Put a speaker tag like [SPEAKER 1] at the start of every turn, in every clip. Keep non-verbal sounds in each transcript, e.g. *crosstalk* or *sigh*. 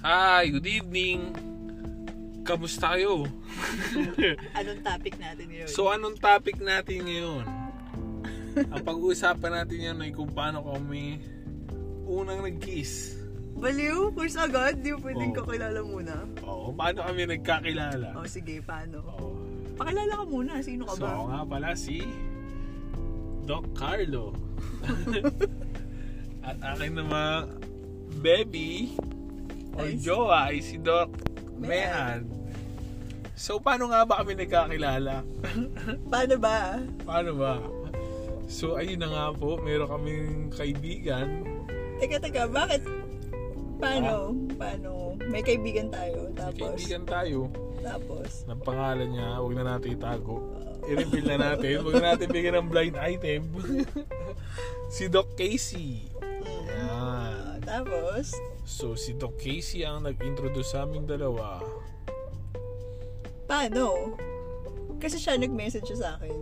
[SPEAKER 1] Hi, good evening. Kamusta kayo?
[SPEAKER 2] Anong topic natin ngayon?
[SPEAKER 1] so, anong topic natin ngayon? Ang pag-uusapan natin ngayon ay kung paano kami unang nag-kiss.
[SPEAKER 2] Baliw? First agad? Di mo pwedeng
[SPEAKER 1] Oo.
[SPEAKER 2] kakilala muna?
[SPEAKER 1] Oo, paano kami nagkakilala?
[SPEAKER 2] O sige, paano?
[SPEAKER 1] Oo.
[SPEAKER 2] Pakilala ka muna, sino ka
[SPEAKER 1] So,
[SPEAKER 2] ba?
[SPEAKER 1] ako nga pala si Doc Carlo. At akin naman, baby or
[SPEAKER 2] Ay, si-
[SPEAKER 1] jowa ay si Doc
[SPEAKER 2] Mehan.
[SPEAKER 1] Mehan. So, paano nga ba kami nagkakilala?
[SPEAKER 2] Paano ba?
[SPEAKER 1] Paano ba? So, ayun na nga po. Meron kaming kaibigan.
[SPEAKER 2] Teka, teka, bakit? Paano? Paano? May kaibigan tayo, tapos?
[SPEAKER 1] Ah. Kaibigan tayo.
[SPEAKER 2] Tapos?
[SPEAKER 1] Ang pangalan niya, huwag na natin itago. I-reveal na natin. Huwag na natin bigyan ng blind item. *laughs* si Doc Casey.
[SPEAKER 2] Ah,
[SPEAKER 1] Ayan.
[SPEAKER 2] tapos?
[SPEAKER 1] So, si Doc Casey ang nag-introduce sa aming dalawa.
[SPEAKER 2] Paano? Kasi siya nag-message siya sa akin.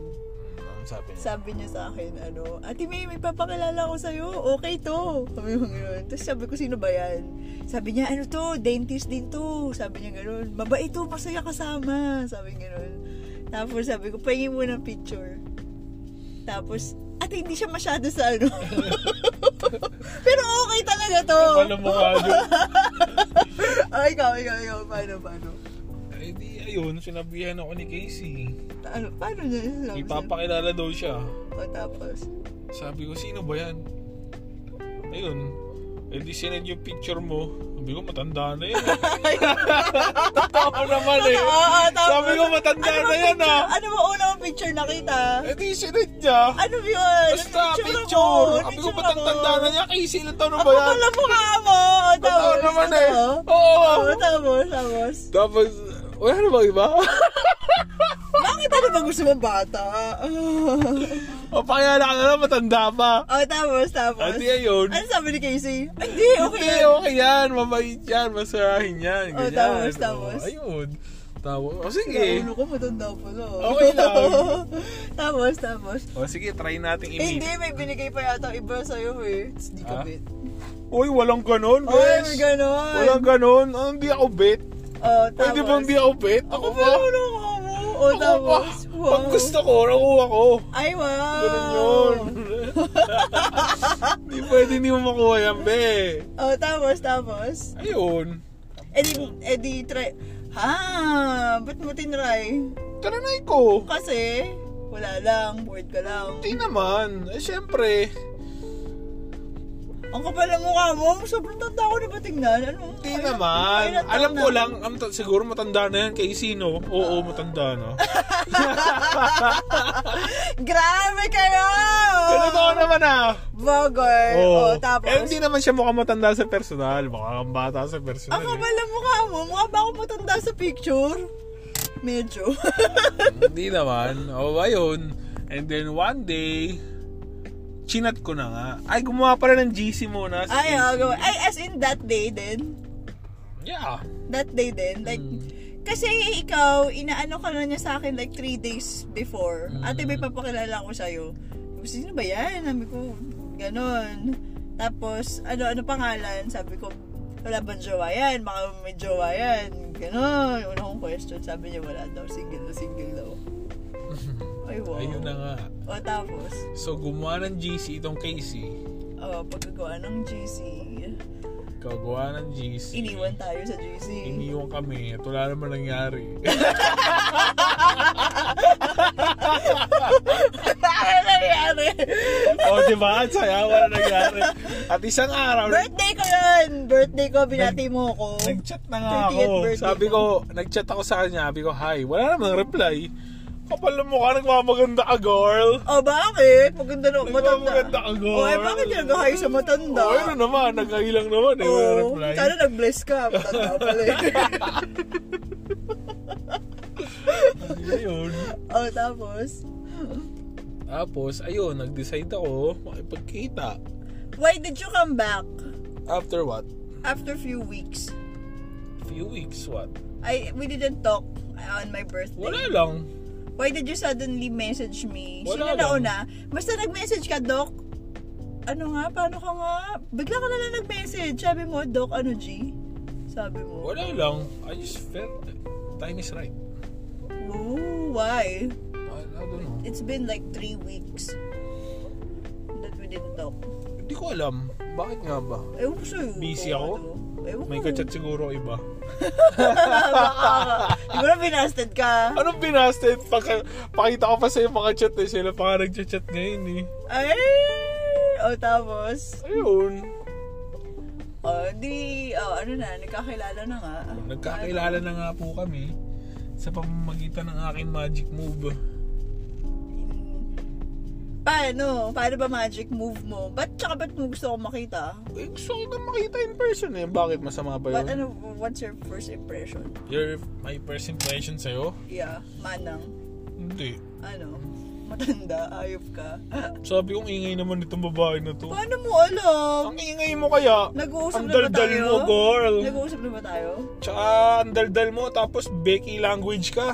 [SPEAKER 1] Ano sabi niya?
[SPEAKER 2] Sabi niya sa akin, ano, Ate May, may papakilala ko sa'yo. Okay to. Sabi ko gano'n. Tapos sabi ko, sino ba yan? Sabi niya, ano to, dentist din to. Sabi niya gano'n. Mabait to, masaya kasama. Sabi niya gano'n. Tapos sabi ko, pahingi mo ng picture. Tapos, ate, hindi siya masyado sa ano. *laughs* Pero okay talaga to.
[SPEAKER 1] Kapal ang mukha
[SPEAKER 2] *laughs*
[SPEAKER 1] niyo.
[SPEAKER 2] Ah, ikaw, ikaw, ikaw. Paano, paano?
[SPEAKER 1] Eh di, ayun, sinabihan ako ni Casey.
[SPEAKER 2] Ano, paano niya? Sabi
[SPEAKER 1] Ipapakilala daw siya.
[SPEAKER 2] O, tapos.
[SPEAKER 1] Sabi ko, sino ba yan? Ayun. Eh di sinend yung picture mo. Sabi ko, matanda na
[SPEAKER 2] *laughs*
[SPEAKER 1] yan. Totoo naman eh.
[SPEAKER 2] Oo, tapos-
[SPEAKER 1] Sabi ko, matanda
[SPEAKER 2] Ano
[SPEAKER 1] na
[SPEAKER 2] bang
[SPEAKER 1] yan
[SPEAKER 2] picture?
[SPEAKER 1] ah.
[SPEAKER 2] Ano ba una mong picture nakita?
[SPEAKER 1] Eh di sinend niya.
[SPEAKER 2] Ano yun?
[SPEAKER 1] Basta
[SPEAKER 2] Ano
[SPEAKER 1] picture.
[SPEAKER 2] ako?
[SPEAKER 1] Sabi
[SPEAKER 2] Ano
[SPEAKER 1] ko,
[SPEAKER 2] picture
[SPEAKER 1] ba't ang
[SPEAKER 2] ako?
[SPEAKER 1] tanda na niya? Casey, ilan taon na
[SPEAKER 2] Ako
[SPEAKER 1] ba yan?
[SPEAKER 2] pala mukha mo! O,
[SPEAKER 1] Totoo
[SPEAKER 2] tapos,
[SPEAKER 1] naman eh.
[SPEAKER 2] totoo?
[SPEAKER 1] Oo.
[SPEAKER 2] Oo, tapos, tapos.
[SPEAKER 1] Tapos, wala na bang iba? *laughs*
[SPEAKER 2] Bakit ano ba gusto mong bata? *laughs*
[SPEAKER 1] o pakilala ka na lang, matanda pa.
[SPEAKER 2] o, tapos, tapos.
[SPEAKER 1] At di ayun.
[SPEAKER 2] Ano sabi ni Casey? Ay, hindi, okay.
[SPEAKER 1] eh. Hindi,
[SPEAKER 2] yan.
[SPEAKER 1] okay yan. Mabait yan. Masarahin yan.
[SPEAKER 2] Oh,
[SPEAKER 1] Ganyan.
[SPEAKER 2] tapos,
[SPEAKER 1] Oh,
[SPEAKER 2] tapos.
[SPEAKER 1] ayun. Tapos, o
[SPEAKER 2] Sige.
[SPEAKER 1] sige.
[SPEAKER 2] Ulo ko matanda pala.
[SPEAKER 1] Okay lang.
[SPEAKER 2] *laughs* tapos, tapos.
[SPEAKER 1] O Oh, sige, try nating
[SPEAKER 2] Eh,
[SPEAKER 1] i-meet.
[SPEAKER 2] Hindi, may binigay pa yata iba sa'yo eh. Tapos Di ka
[SPEAKER 1] Ah?
[SPEAKER 2] bit.
[SPEAKER 1] Uy, walang ganon,
[SPEAKER 2] Oh,
[SPEAKER 1] guys.
[SPEAKER 2] may ganon.
[SPEAKER 1] Walang ganon. Ah, hindi ako bet.
[SPEAKER 2] Oh,
[SPEAKER 1] Pwede bang hindi ako bet? Ako
[SPEAKER 2] Ako
[SPEAKER 1] pa.
[SPEAKER 2] ba? Ano ka mo?
[SPEAKER 1] Ako
[SPEAKER 2] O,
[SPEAKER 1] pa.
[SPEAKER 2] tapos. Wow.
[SPEAKER 1] Pag gusto ko, nakuha ko.
[SPEAKER 2] Ay, wow.
[SPEAKER 1] Ganun yun. Hindi pwede hindi mo makuha yan, be.
[SPEAKER 2] Oh, tapos, tapos.
[SPEAKER 1] Ayun.
[SPEAKER 2] Eh di, eh di try. Ha? Ba't mo tinry?
[SPEAKER 1] Taranay ko.
[SPEAKER 2] Kasi, wala lang. Bored ka lang.
[SPEAKER 1] Hindi naman. Eh, syempre.
[SPEAKER 2] Ang kapal ng mukha mo. Sobrang tanda ko na ba tingnan? Ano?
[SPEAKER 1] Hindi
[SPEAKER 2] Ay,
[SPEAKER 1] naman.
[SPEAKER 2] ay, Ah.
[SPEAKER 1] Alam ko lang, am, siguro matanda na yan kay Sino. Oo, matanda
[SPEAKER 2] *laughs*
[SPEAKER 1] na.
[SPEAKER 2] Grabe kayo!
[SPEAKER 1] Pero totoo naman ah.
[SPEAKER 2] Bogor. Oh, tapos.
[SPEAKER 1] Eh, hindi naman siya mukhang matanda sa personal. Baka ang bata sa personal. eh.
[SPEAKER 2] Ang kapal ng mukha mo. Mukha ba ako matanda sa picture? Medyo. *laughs*
[SPEAKER 1] Hindi naman. O, ayun. And then one day, chinat ko na nga. Ay, gumawa pala ng GC muna. sa GC.
[SPEAKER 2] ay, oh, go. Ay, as in that day then.
[SPEAKER 1] Yeah.
[SPEAKER 2] that day din. Like,
[SPEAKER 1] Mm.
[SPEAKER 2] kasi ikaw, inaano ka na niya sa akin like three days before. Ate,
[SPEAKER 1] Mm.
[SPEAKER 2] may papakilala ko sa'yo. Sabi, Sino ba yan? Sabi ko, ganon. Tapos, ano, ano pangalan? Sabi ko, wala bang jowa yan? Baka may jowa yan. Ganon. Una kong question, sabi niya wala daw. Single na single
[SPEAKER 1] *laughs*
[SPEAKER 2] daw. Ay, wow.
[SPEAKER 1] Ayun na nga.
[SPEAKER 2] O, tapos,
[SPEAKER 1] So, gumawa ng GC itong Casey.
[SPEAKER 2] oh, pagkagawa ng GC,
[SPEAKER 1] Kagawa ng GC.
[SPEAKER 2] iniwan tayo sa GC.
[SPEAKER 1] Iniwan kami. At wala naman nangyari. *laughs*
[SPEAKER 2] Ano nangyari?
[SPEAKER 1] o, oh, diba? Ang saya. Wala nangyari. At isang araw,
[SPEAKER 2] *laughs* Birthday ko yun! Birthday ko, binati mo ako.
[SPEAKER 1] Nag-chat na nga
[SPEAKER 2] 38th
[SPEAKER 1] ako.
[SPEAKER 2] birthday
[SPEAKER 1] Sabi ko, nag-chat ako sa kanya. Sabi ko, hi. Wala namang reply. Kapal na mukha, nagmamaganda ka, girl.
[SPEAKER 2] Oh, bakit? Maganda no, matanda.
[SPEAKER 1] Nagmamaganda ka, girl.
[SPEAKER 2] Oh, eh, bakit nag-hi sa matanda?
[SPEAKER 1] Oh, ano naman, nagkailang naman. Eh, wala
[SPEAKER 2] Oo,
[SPEAKER 1] reply.
[SPEAKER 2] sana nag-bless ka. Matanda pala eh.
[SPEAKER 1] Ayun.
[SPEAKER 2] *laughs* oh, tapos?
[SPEAKER 1] Tapos, ayun, nag-decide ako makipagkita.
[SPEAKER 2] Why did you come back?
[SPEAKER 1] After what?
[SPEAKER 2] After few weeks.
[SPEAKER 1] Few weeks, what?
[SPEAKER 2] I, we didn't talk on my birthday.
[SPEAKER 1] Wala lang.
[SPEAKER 2] Why did you suddenly message me?
[SPEAKER 1] Wala
[SPEAKER 2] Sino na
[SPEAKER 1] lang.
[SPEAKER 2] una? Basta nag-message ka, Doc. Ano nga? Paano ka nga? Bigla ka na lang nag-message. Sabi mo, Doc, ano G? sabi mo?
[SPEAKER 1] Wala lang. I just felt time is right.
[SPEAKER 2] Ooh, why?
[SPEAKER 1] I, I don't know.
[SPEAKER 2] It's been like three weeks that we didn't talk.
[SPEAKER 1] Hindi ko alam. Bakit nga ba?
[SPEAKER 2] Ewan ko sa'yo.
[SPEAKER 1] Busy
[SPEAKER 2] kung
[SPEAKER 1] ako?
[SPEAKER 2] ano. Ewan
[SPEAKER 1] May
[SPEAKER 2] ko. *laughs*
[SPEAKER 1] kachat siguro iba.
[SPEAKER 2] Baka. Siguro binasted ka.
[SPEAKER 1] Anong binasted? Paka, pakita ko pa sa'yo mga chat eh. Sila pa nga nagchat-chat ngayon eh.
[SPEAKER 2] Ay! O tapos,
[SPEAKER 1] Ayun.
[SPEAKER 2] o di, o ano na, nagkakilala na nga.
[SPEAKER 1] Nagkakilala na nga po kami sa pamamagitan ng aking magic move.
[SPEAKER 2] Paano? Paano ba magic move mo? Ba't tsaka ba't mo gusto akong makita?
[SPEAKER 1] Eh, gusto ko na makita in person eh. Bakit masama ba yun?
[SPEAKER 2] What, ano, what's your first impression?
[SPEAKER 1] Your, my first impression sa'yo?
[SPEAKER 2] Yeah, manang,
[SPEAKER 1] Hindi.
[SPEAKER 2] ano, matanda, ayop
[SPEAKER 1] *laughs*
[SPEAKER 2] ka.
[SPEAKER 1] Sabi kong ingay naman itong babae na to.
[SPEAKER 2] Paano mo alam?
[SPEAKER 1] Ang ingay mo kaya? Ang
[SPEAKER 2] Nag-uusap na ba
[SPEAKER 1] daldal
[SPEAKER 2] tayo?
[SPEAKER 1] mo, girl.
[SPEAKER 2] Nag-uusap na ba tayo?
[SPEAKER 1] Tsaka ang daldal mo tapos Becky language ka.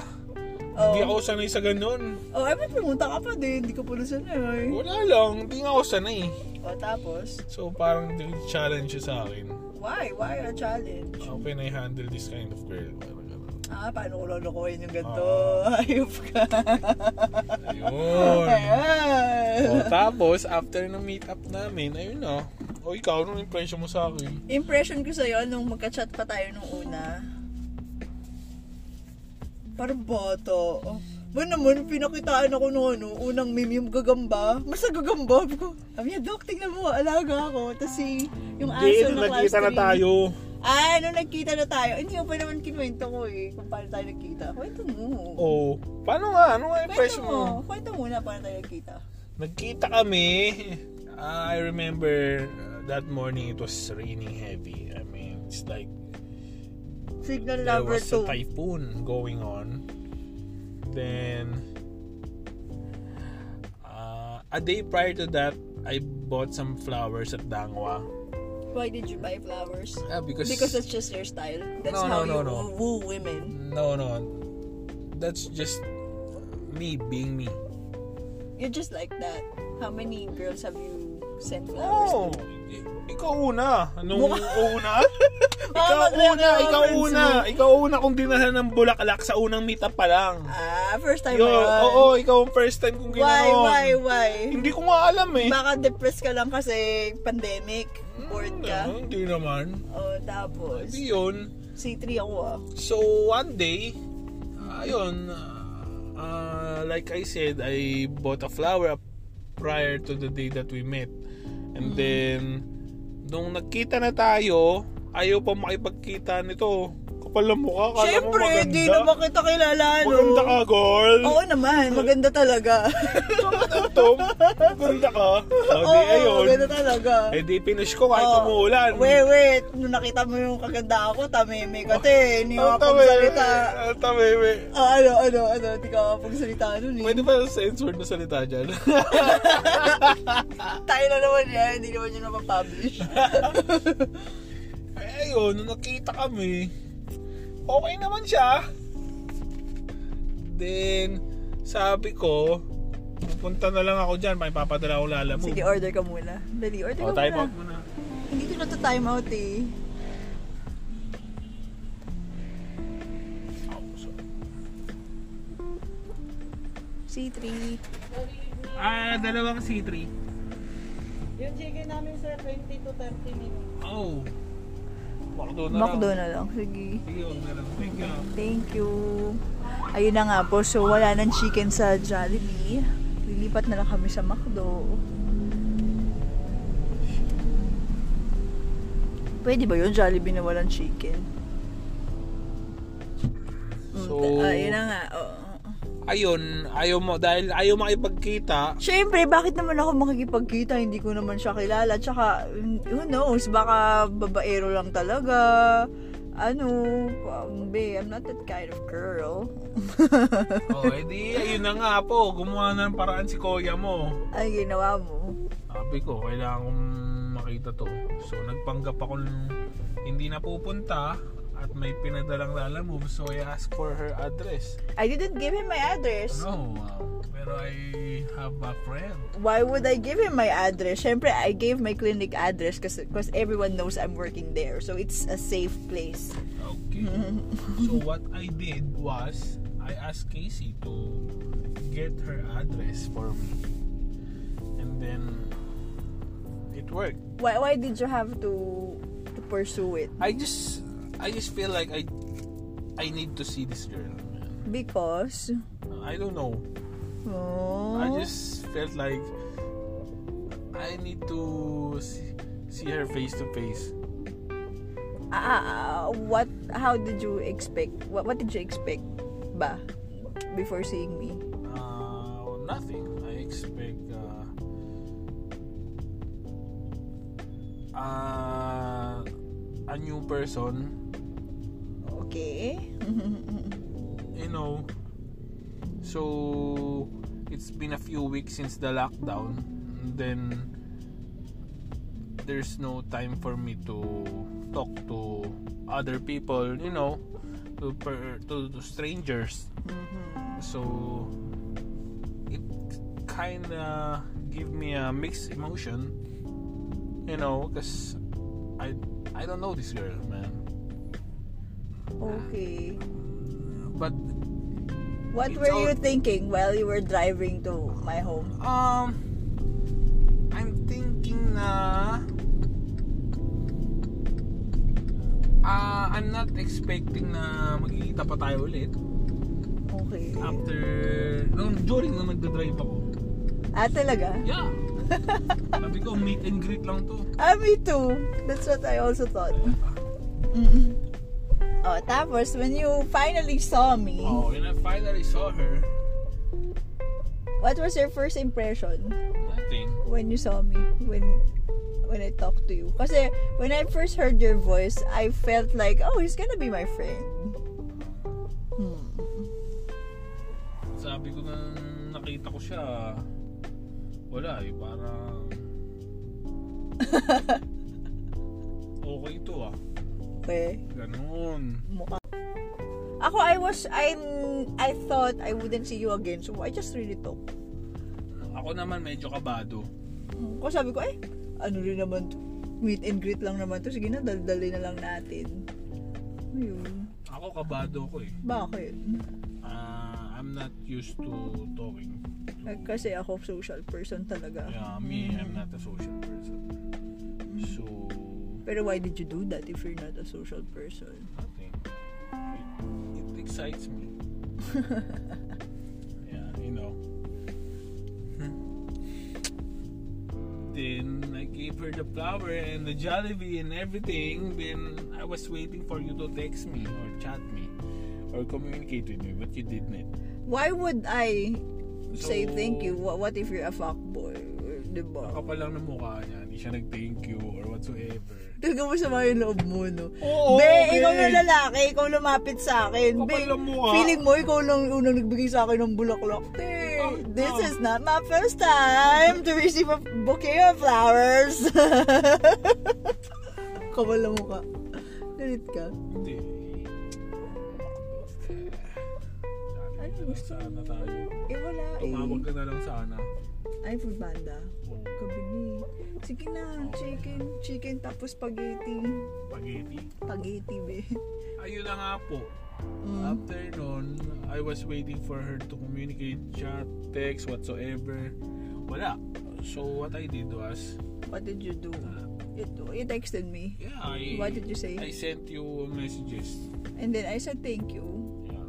[SPEAKER 1] Hindi
[SPEAKER 2] Oh,
[SPEAKER 1] ako sanay sa ganun.
[SPEAKER 2] oh ay, may pumunta ka pa din. Hindi ko pa nasanay.
[SPEAKER 1] Wala lang, hindi nga ako sanay.
[SPEAKER 2] Oh, tapos,
[SPEAKER 1] So parang challenge siya sa akin.
[SPEAKER 2] why? Why a challenge?
[SPEAKER 1] How can I handle this kind of girl? Parang ganun.
[SPEAKER 2] Ah, paano ko lulukuhin yung ganito?
[SPEAKER 1] Ah.
[SPEAKER 2] *laughs* Ayop ka.
[SPEAKER 1] Ayun.
[SPEAKER 2] *laughs*
[SPEAKER 1] O,
[SPEAKER 2] Ayan.
[SPEAKER 1] tapos, after ng meet up namin, ayun na. O ikaw, anong impression mo sa akin?
[SPEAKER 2] Impression ko sa'yo nung magka-chat pa tayo nung una. Parang bata. Oh. Ba naman, pinakitaan ako nung ano, unang meme yung gagamba. Mas nagagamba. Sabi ko, Amiya, Doc, tingnan mo, alaga ako. Tapos si, yung
[SPEAKER 1] Hindi,
[SPEAKER 2] aso
[SPEAKER 1] nung
[SPEAKER 2] na class
[SPEAKER 1] nagkita na
[SPEAKER 2] 3.
[SPEAKER 1] tayo.
[SPEAKER 2] Ah, nung nagkita na tayo. Hindi ko pa naman kinuwento ko eh, kung paano tayo nagkita. Kwento mo.
[SPEAKER 1] O, paano nga? Ano nga
[SPEAKER 2] Kwento
[SPEAKER 1] impression
[SPEAKER 2] mo.
[SPEAKER 1] Oh, mo?
[SPEAKER 2] Kwento muna paano tayo nagkita.
[SPEAKER 1] Nagkita kami. Ah, I remember uh, that morning it was raining heavy. I mean, it's like
[SPEAKER 2] Signal
[SPEAKER 1] there
[SPEAKER 2] Lover
[SPEAKER 1] was a
[SPEAKER 2] 2.
[SPEAKER 1] typhoon going on. Then uh, a day prior to that, I bought some flowers at Dangwa.
[SPEAKER 2] Why did you buy flowers?
[SPEAKER 1] Ah, because
[SPEAKER 2] Because that's just your style. That's
[SPEAKER 1] No, no,
[SPEAKER 2] how
[SPEAKER 1] no,
[SPEAKER 2] you
[SPEAKER 1] no.
[SPEAKER 2] woo women.
[SPEAKER 1] no, no. That's just me being me.
[SPEAKER 2] You're just like that. How many girls have you sent flowers
[SPEAKER 1] Oh,
[SPEAKER 2] to?
[SPEAKER 1] ikaw una. Nung
[SPEAKER 2] Mukha- *laughs*
[SPEAKER 1] una? ikaw
[SPEAKER 2] Ah,
[SPEAKER 1] una,
[SPEAKER 2] mag-react ako,
[SPEAKER 1] ikaw
[SPEAKER 2] friends
[SPEAKER 1] una.
[SPEAKER 2] mo.
[SPEAKER 1] Ikaw una kong dinahan ng bulaklak sa unang meetup pa lang.
[SPEAKER 2] Ah, first time
[SPEAKER 1] Yo,
[SPEAKER 2] ba yun?
[SPEAKER 1] oo, ikaw ang first time kong ginawa.
[SPEAKER 2] Why, why, why?
[SPEAKER 1] Hindi ko nga alam eh.
[SPEAKER 2] Baka depressed ka lang kasi pandemic. Bored
[SPEAKER 1] Hmm,
[SPEAKER 2] ka.
[SPEAKER 1] Hindi naman.
[SPEAKER 2] Oh,
[SPEAKER 1] Hindi
[SPEAKER 2] tapos,
[SPEAKER 1] yun.
[SPEAKER 2] C3 ako ah.
[SPEAKER 1] So, one day, ah, ayun, ah, ah, like I said, I bought a flower prior to the day that we met.
[SPEAKER 2] Mm.
[SPEAKER 1] And then, nung nagkita na tayo, ayaw pa makipagkita nito. Kapal ang mukha, kala mo
[SPEAKER 2] Siyempre,
[SPEAKER 1] maganda.
[SPEAKER 2] di na ba kita kilala, no?
[SPEAKER 1] Maganda ka, girl.
[SPEAKER 2] Oo naman, maganda talaga.
[SPEAKER 1] Tom, maganda ka. O,
[SPEAKER 2] *laughs* Oo,
[SPEAKER 1] di, ayun.
[SPEAKER 2] maganda talaga.
[SPEAKER 1] Eh di finish ko kahit
[SPEAKER 2] Oo.
[SPEAKER 1] umuulan.
[SPEAKER 2] Wait, wait. Nung nakita mo yung kaganda ako, tameme ka te. Hindi
[SPEAKER 1] *laughs*
[SPEAKER 2] ka
[SPEAKER 1] Ang tawi,
[SPEAKER 2] pagsalita.
[SPEAKER 1] ang tawi, we.
[SPEAKER 2] Ah, ano, ano, ano. Hindi ka pagsalita nun eh.
[SPEAKER 1] Pwede ba censored na salita dyan? *laughs*
[SPEAKER 2] Tayo na naman yan. Hindi naman yun napapublish.
[SPEAKER 1] *laughs* eh, ayun, nung nakita kami, okay naman siya. Then, sabi ko, pupunta na lang ako dyan, may papadala ko lala mo.
[SPEAKER 2] Sige, oh, order ka muna. Dali, order
[SPEAKER 1] O, Oh,
[SPEAKER 2] ka
[SPEAKER 1] time
[SPEAKER 2] muna.
[SPEAKER 1] out muna.
[SPEAKER 2] Hindi ko na to time out eh. C3.
[SPEAKER 1] Ah, dalawang C3.
[SPEAKER 3] Yung chicken namin sir, 20 to 30 minutes.
[SPEAKER 1] Oh. McDo na
[SPEAKER 2] McDo
[SPEAKER 1] lang.
[SPEAKER 2] na lang. Sige.
[SPEAKER 1] Sige, wag na lang. Thank you.
[SPEAKER 2] Thank you. Ayun na nga po. So, wala ng chicken sa Jollibee. Lilipat na lang kami sa McDo. Pwede ba yun? Jollibee na walang chicken. Mm,
[SPEAKER 1] So-
[SPEAKER 2] ayun na nga. oo.
[SPEAKER 1] Ayun, ayaw mo, dahil ayaw
[SPEAKER 2] *laughs*
[SPEAKER 1] makipagkita,
[SPEAKER 2] Siyempre, bakit naman ako makikipagkita? Hindi ko naman siya kilala. Tsaka, who knows, baka babaero lang talaga. Ano, um, babe, I'm not that kind of girl. *laughs*
[SPEAKER 1] oh, edi, ayun na nga po. Gumawa na ng paraan si Koya mo.
[SPEAKER 2] Ay, ginawa mo.
[SPEAKER 1] Sabi ko, kailangan kong makita to. So, nagpanggap ako ng hindi na pupunta. I at may pinadalang Lala Moves so I asked for her address.
[SPEAKER 2] I didn't give him my address.
[SPEAKER 1] No, uh, pero I have a friend.
[SPEAKER 2] Why would I give him my address? Siyempre, I gave my clinic address because everyone knows I'm working there. So, it's a safe place. *laughs*
[SPEAKER 1] Okay. so what I did was I asked Casey to get her address for me. And then it worked.
[SPEAKER 2] Why, why did you have to, to pursue it?
[SPEAKER 1] I just I just feel like I I need to see this girl. man.
[SPEAKER 2] Because...
[SPEAKER 1] I don't know.
[SPEAKER 2] Oh,
[SPEAKER 1] I just felt like I need to see, see her face to face.
[SPEAKER 2] Ah, ah, ah, what how did you expect what, what did you expect ba before seeing me
[SPEAKER 1] Uh, nothing. I expect uh, uh, a new person,
[SPEAKER 2] okay
[SPEAKER 1] you know. So it's been a few weeks since the lockdown. and Then there's no time for me to talk to other people, you know, to per, to, to strangers.
[SPEAKER 2] Mm-hmm.
[SPEAKER 1] Ah. so it kind of give me a mixed emotion you know because i i don't know this girl man
[SPEAKER 2] okay
[SPEAKER 1] but
[SPEAKER 2] what
[SPEAKER 1] It's
[SPEAKER 2] were
[SPEAKER 1] all-
[SPEAKER 2] you thinking while you were driving to my home
[SPEAKER 1] um i'm thinking na ah i'm not expecting na magkikita pa tayo ulit
[SPEAKER 2] okay
[SPEAKER 1] after nung during nung nagda-drive ako
[SPEAKER 2] ah talaga
[SPEAKER 1] yeah *laughs* sabi ko meet and greet lang to
[SPEAKER 2] ah me too that's what I also thought
[SPEAKER 1] Mm-hmm.
[SPEAKER 2] Mm. oh tapos when you finally saw me
[SPEAKER 1] oh and i finally saw her
[SPEAKER 2] what was your first impression
[SPEAKER 1] Nothing.
[SPEAKER 2] when you saw me when when I talked to you. Kasi when I first heard your voice, I felt like, oh, he's gonna be my friend. Hmm.
[SPEAKER 1] Sabi ko na nakita ko siya. Wala eh, *laughs* parang... okay to ah.
[SPEAKER 2] Okay.
[SPEAKER 1] Ganun.
[SPEAKER 2] Mukha. Ako, I was, I, I thought I wouldn't see you again. So, I just really talked.
[SPEAKER 1] Ako naman medyo kabado.
[SPEAKER 2] Kasi sabi ko, eh, ano rin naman to? Meet and greet lang naman to. Sige na, daldalin na lang natin. Ayun.
[SPEAKER 1] Ako kabado ko eh.
[SPEAKER 2] Bakit?
[SPEAKER 1] Ah, I'm not used to talking.
[SPEAKER 2] Eh, Kasi ako social person talaga.
[SPEAKER 1] Yeah, me, I'm not a social person. So,
[SPEAKER 2] Pero why did you do that if you're not a social person? *laughs*
[SPEAKER 1] nothing. It, it excites me. yeah, you know. *laughs* then I gave her the flower and the Jollibee and everything. Then I was waiting for you to text me or chat me or communicate with me, but you didn't.
[SPEAKER 2] Why would I say
[SPEAKER 1] So,
[SPEAKER 2] thank you? What, what if you're a fuckboy? Diba?
[SPEAKER 1] Kapal lang ng mukha niya, hindi siya nag-thank you or whatsoever.
[SPEAKER 2] Tignan mo sa mga yung loob mo, no?
[SPEAKER 1] Oo,
[SPEAKER 2] Be,
[SPEAKER 1] babe.
[SPEAKER 2] ikaw yung lalaki, ikaw lumapit sa akin.
[SPEAKER 1] Oh, Kapal ah.
[SPEAKER 2] Be,
[SPEAKER 1] lang mukha.
[SPEAKER 2] feeling mo, ikaw lang yung unang nagbigay sa akin ng bulaklak. Te,
[SPEAKER 1] Oh,
[SPEAKER 2] this
[SPEAKER 1] no.
[SPEAKER 2] is not my first time to receive a bouquet of flowers. *laughs* Kapal lang mukha. Galit ka.
[SPEAKER 1] Hindi.
[SPEAKER 2] Ano
[SPEAKER 1] Ano
[SPEAKER 2] gusto
[SPEAKER 1] gusto? Sana tayo.
[SPEAKER 2] Eh, wala
[SPEAKER 1] Tumawag
[SPEAKER 2] eh.
[SPEAKER 1] ka na lang sana. Oh,
[SPEAKER 2] Ay, food banda. Kabili. Sige na, chicken, chicken, tapos spaghetti.
[SPEAKER 1] Spaghetti.
[SPEAKER 2] Spaghetti, be.
[SPEAKER 1] Ayun na nga po. After nun, I was waiting for her to communicate, chat, text, whatsoever. Wala. So what I did was,
[SPEAKER 2] *laughs* What did you do?
[SPEAKER 1] uh,
[SPEAKER 2] You, you texted me.
[SPEAKER 1] yeah, I,
[SPEAKER 2] What did you say?
[SPEAKER 1] I sent you messages.
[SPEAKER 2] And then I said thank you.
[SPEAKER 1] Yeah.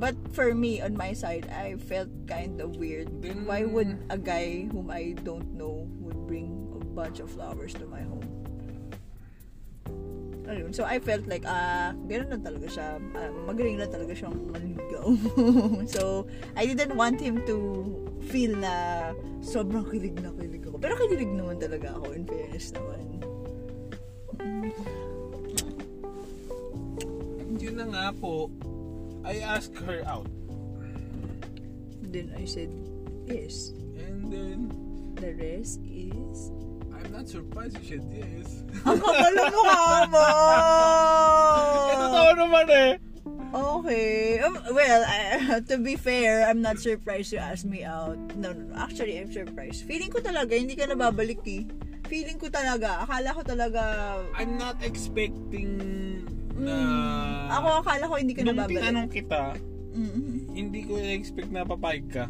[SPEAKER 2] But for me, on my side, I felt kind of weird.
[SPEAKER 1] Then-
[SPEAKER 2] Why would a guy whom I don't know would bring a bunch of flowers to my home? Ayun. So I felt like, ah, ganun lang talaga siya. Ah, magaling lang talaga siyang manligaw. *laughs* so, I didn't want him to feel na sobrang kilig na kilig ako. Pero kilig naman talaga ako, in fairness naman.
[SPEAKER 1] Yun na nga po, I asked her out.
[SPEAKER 2] Then I said, yes.
[SPEAKER 1] And then,
[SPEAKER 2] The rest
[SPEAKER 1] *laughs*
[SPEAKER 2] is...
[SPEAKER 1] I'm not
[SPEAKER 2] *laughs*
[SPEAKER 1] surprised you said yes.
[SPEAKER 2] Ang kapal ng mukha mo!
[SPEAKER 1] Eh, totoo naman eh.
[SPEAKER 2] Okay. Um, well, I- *laughs* to be fair, I'm not surprised you asked me out. No, no, no. actually, I'm surprised. Feeling ko talaga, hindi ka nababalik eh. Feeling ko talaga, akala ko talaga,
[SPEAKER 1] I'm not expecting na...
[SPEAKER 2] Hmm. ako akala ko hindi ka
[SPEAKER 1] Nung
[SPEAKER 2] nababalik. Mm-hmm.
[SPEAKER 1] tinanong kita,
[SPEAKER 2] Mm-mm.
[SPEAKER 1] hindi ko na-expect na papayag ka.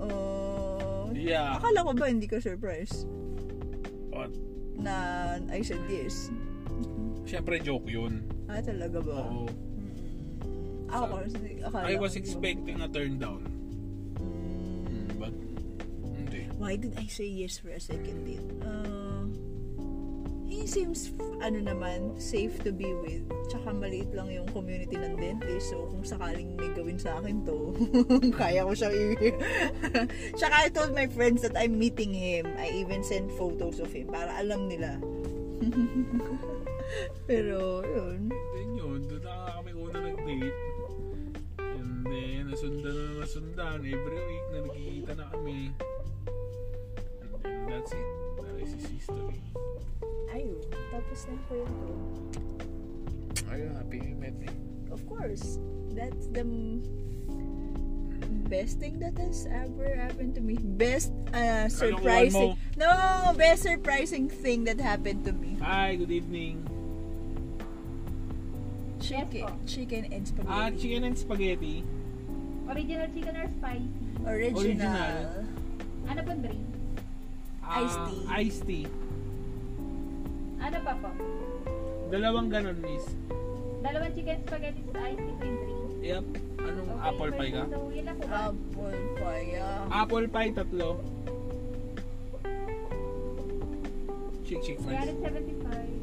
[SPEAKER 2] Oh.
[SPEAKER 1] Yeah. Oh,
[SPEAKER 2] Akala ko ba hindi ka surprised
[SPEAKER 1] But,
[SPEAKER 2] na I said yes?
[SPEAKER 1] syempre joke yun.
[SPEAKER 2] Ah, talaga ba?
[SPEAKER 1] Oo.
[SPEAKER 2] Mm. Ako, akala
[SPEAKER 1] I was
[SPEAKER 2] ko-
[SPEAKER 1] expecting a turn down.
[SPEAKER 2] Mm.
[SPEAKER 1] Mm, But, hindi.
[SPEAKER 2] Why did I say yes for a second date? Uh, he seems, ano naman, safe to be with. Tsaka maliit lang yung community ng dentist. So, kung sakaling may gawin sa akin to, *laughs* kaya ko siyang i- *laughs* Tsaka I told my friends that I'm meeting him. I even sent photos of him para alam nila. *laughs* Pero, yun.
[SPEAKER 1] Then yun, doon na kami una nag-date. And then, nasundan na nasundan. Every week na nagkikita na kami. And then, that's it. That is his history.
[SPEAKER 4] Ayun, tapos na po yun.
[SPEAKER 1] Are you happy you met me?
[SPEAKER 4] Of course, that's the m- best thing that has ever happened to me.
[SPEAKER 2] Best uh, surprising... No! Best surprising thing that happened to me.
[SPEAKER 1] Hi, good evening.
[SPEAKER 2] Chicken. Chicken and spaghetti.
[SPEAKER 1] Ah, chicken and spaghetti.
[SPEAKER 5] Original chicken or spicy?
[SPEAKER 1] Original.
[SPEAKER 2] Original.
[SPEAKER 5] Ano pang drink?
[SPEAKER 1] Ah,
[SPEAKER 2] Iced tea.
[SPEAKER 1] Iced tea.
[SPEAKER 5] Ano pa po?
[SPEAKER 1] Dalawang ganon, miss.
[SPEAKER 5] Dalawang chicken spaghetti sa ice cream drink.
[SPEAKER 1] Yep. Anong
[SPEAKER 5] Okay,
[SPEAKER 1] apple pie Um, ka?
[SPEAKER 5] So, yun ako ba?
[SPEAKER 2] Apple pie. ah.
[SPEAKER 1] Apple pie, tatlo. Chick chick fries.
[SPEAKER 5] 375.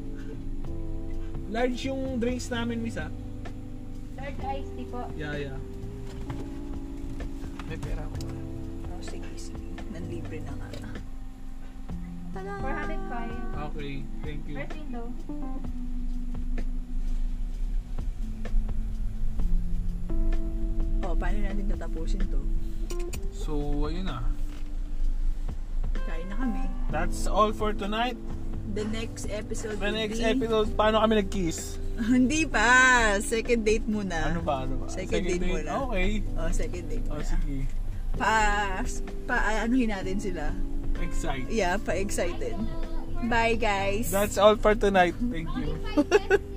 [SPEAKER 1] Large yung drinks namin, miss ah.
[SPEAKER 5] Large iced tea po.
[SPEAKER 1] Yeah, yeah. May pera ko ba?
[SPEAKER 2] Oh, sige, sige. Nanlibre na nga.
[SPEAKER 5] 405.
[SPEAKER 1] Okay, thank you.
[SPEAKER 5] First window.
[SPEAKER 2] Oh, paano natin tatapusin to?
[SPEAKER 1] So, ayun ah. na.
[SPEAKER 2] Kain na kami.
[SPEAKER 1] That's all for tonight.
[SPEAKER 2] The next episode
[SPEAKER 1] The
[SPEAKER 2] will
[SPEAKER 1] next
[SPEAKER 2] be...
[SPEAKER 1] episode, paano kami nag-kiss?
[SPEAKER 2] *laughs* Hindi pa! Second date muna.
[SPEAKER 1] Ano ba, ano ba?
[SPEAKER 2] Second date muna.
[SPEAKER 1] Okay.
[SPEAKER 2] Oh, second date
[SPEAKER 1] Oh,
[SPEAKER 2] muna.
[SPEAKER 1] sige.
[SPEAKER 2] Pa... Pa... Anuhin natin sila.
[SPEAKER 1] Excite.
[SPEAKER 2] Yeah, pa-excited. Bye, guys!
[SPEAKER 1] That's all for tonight. Thank you.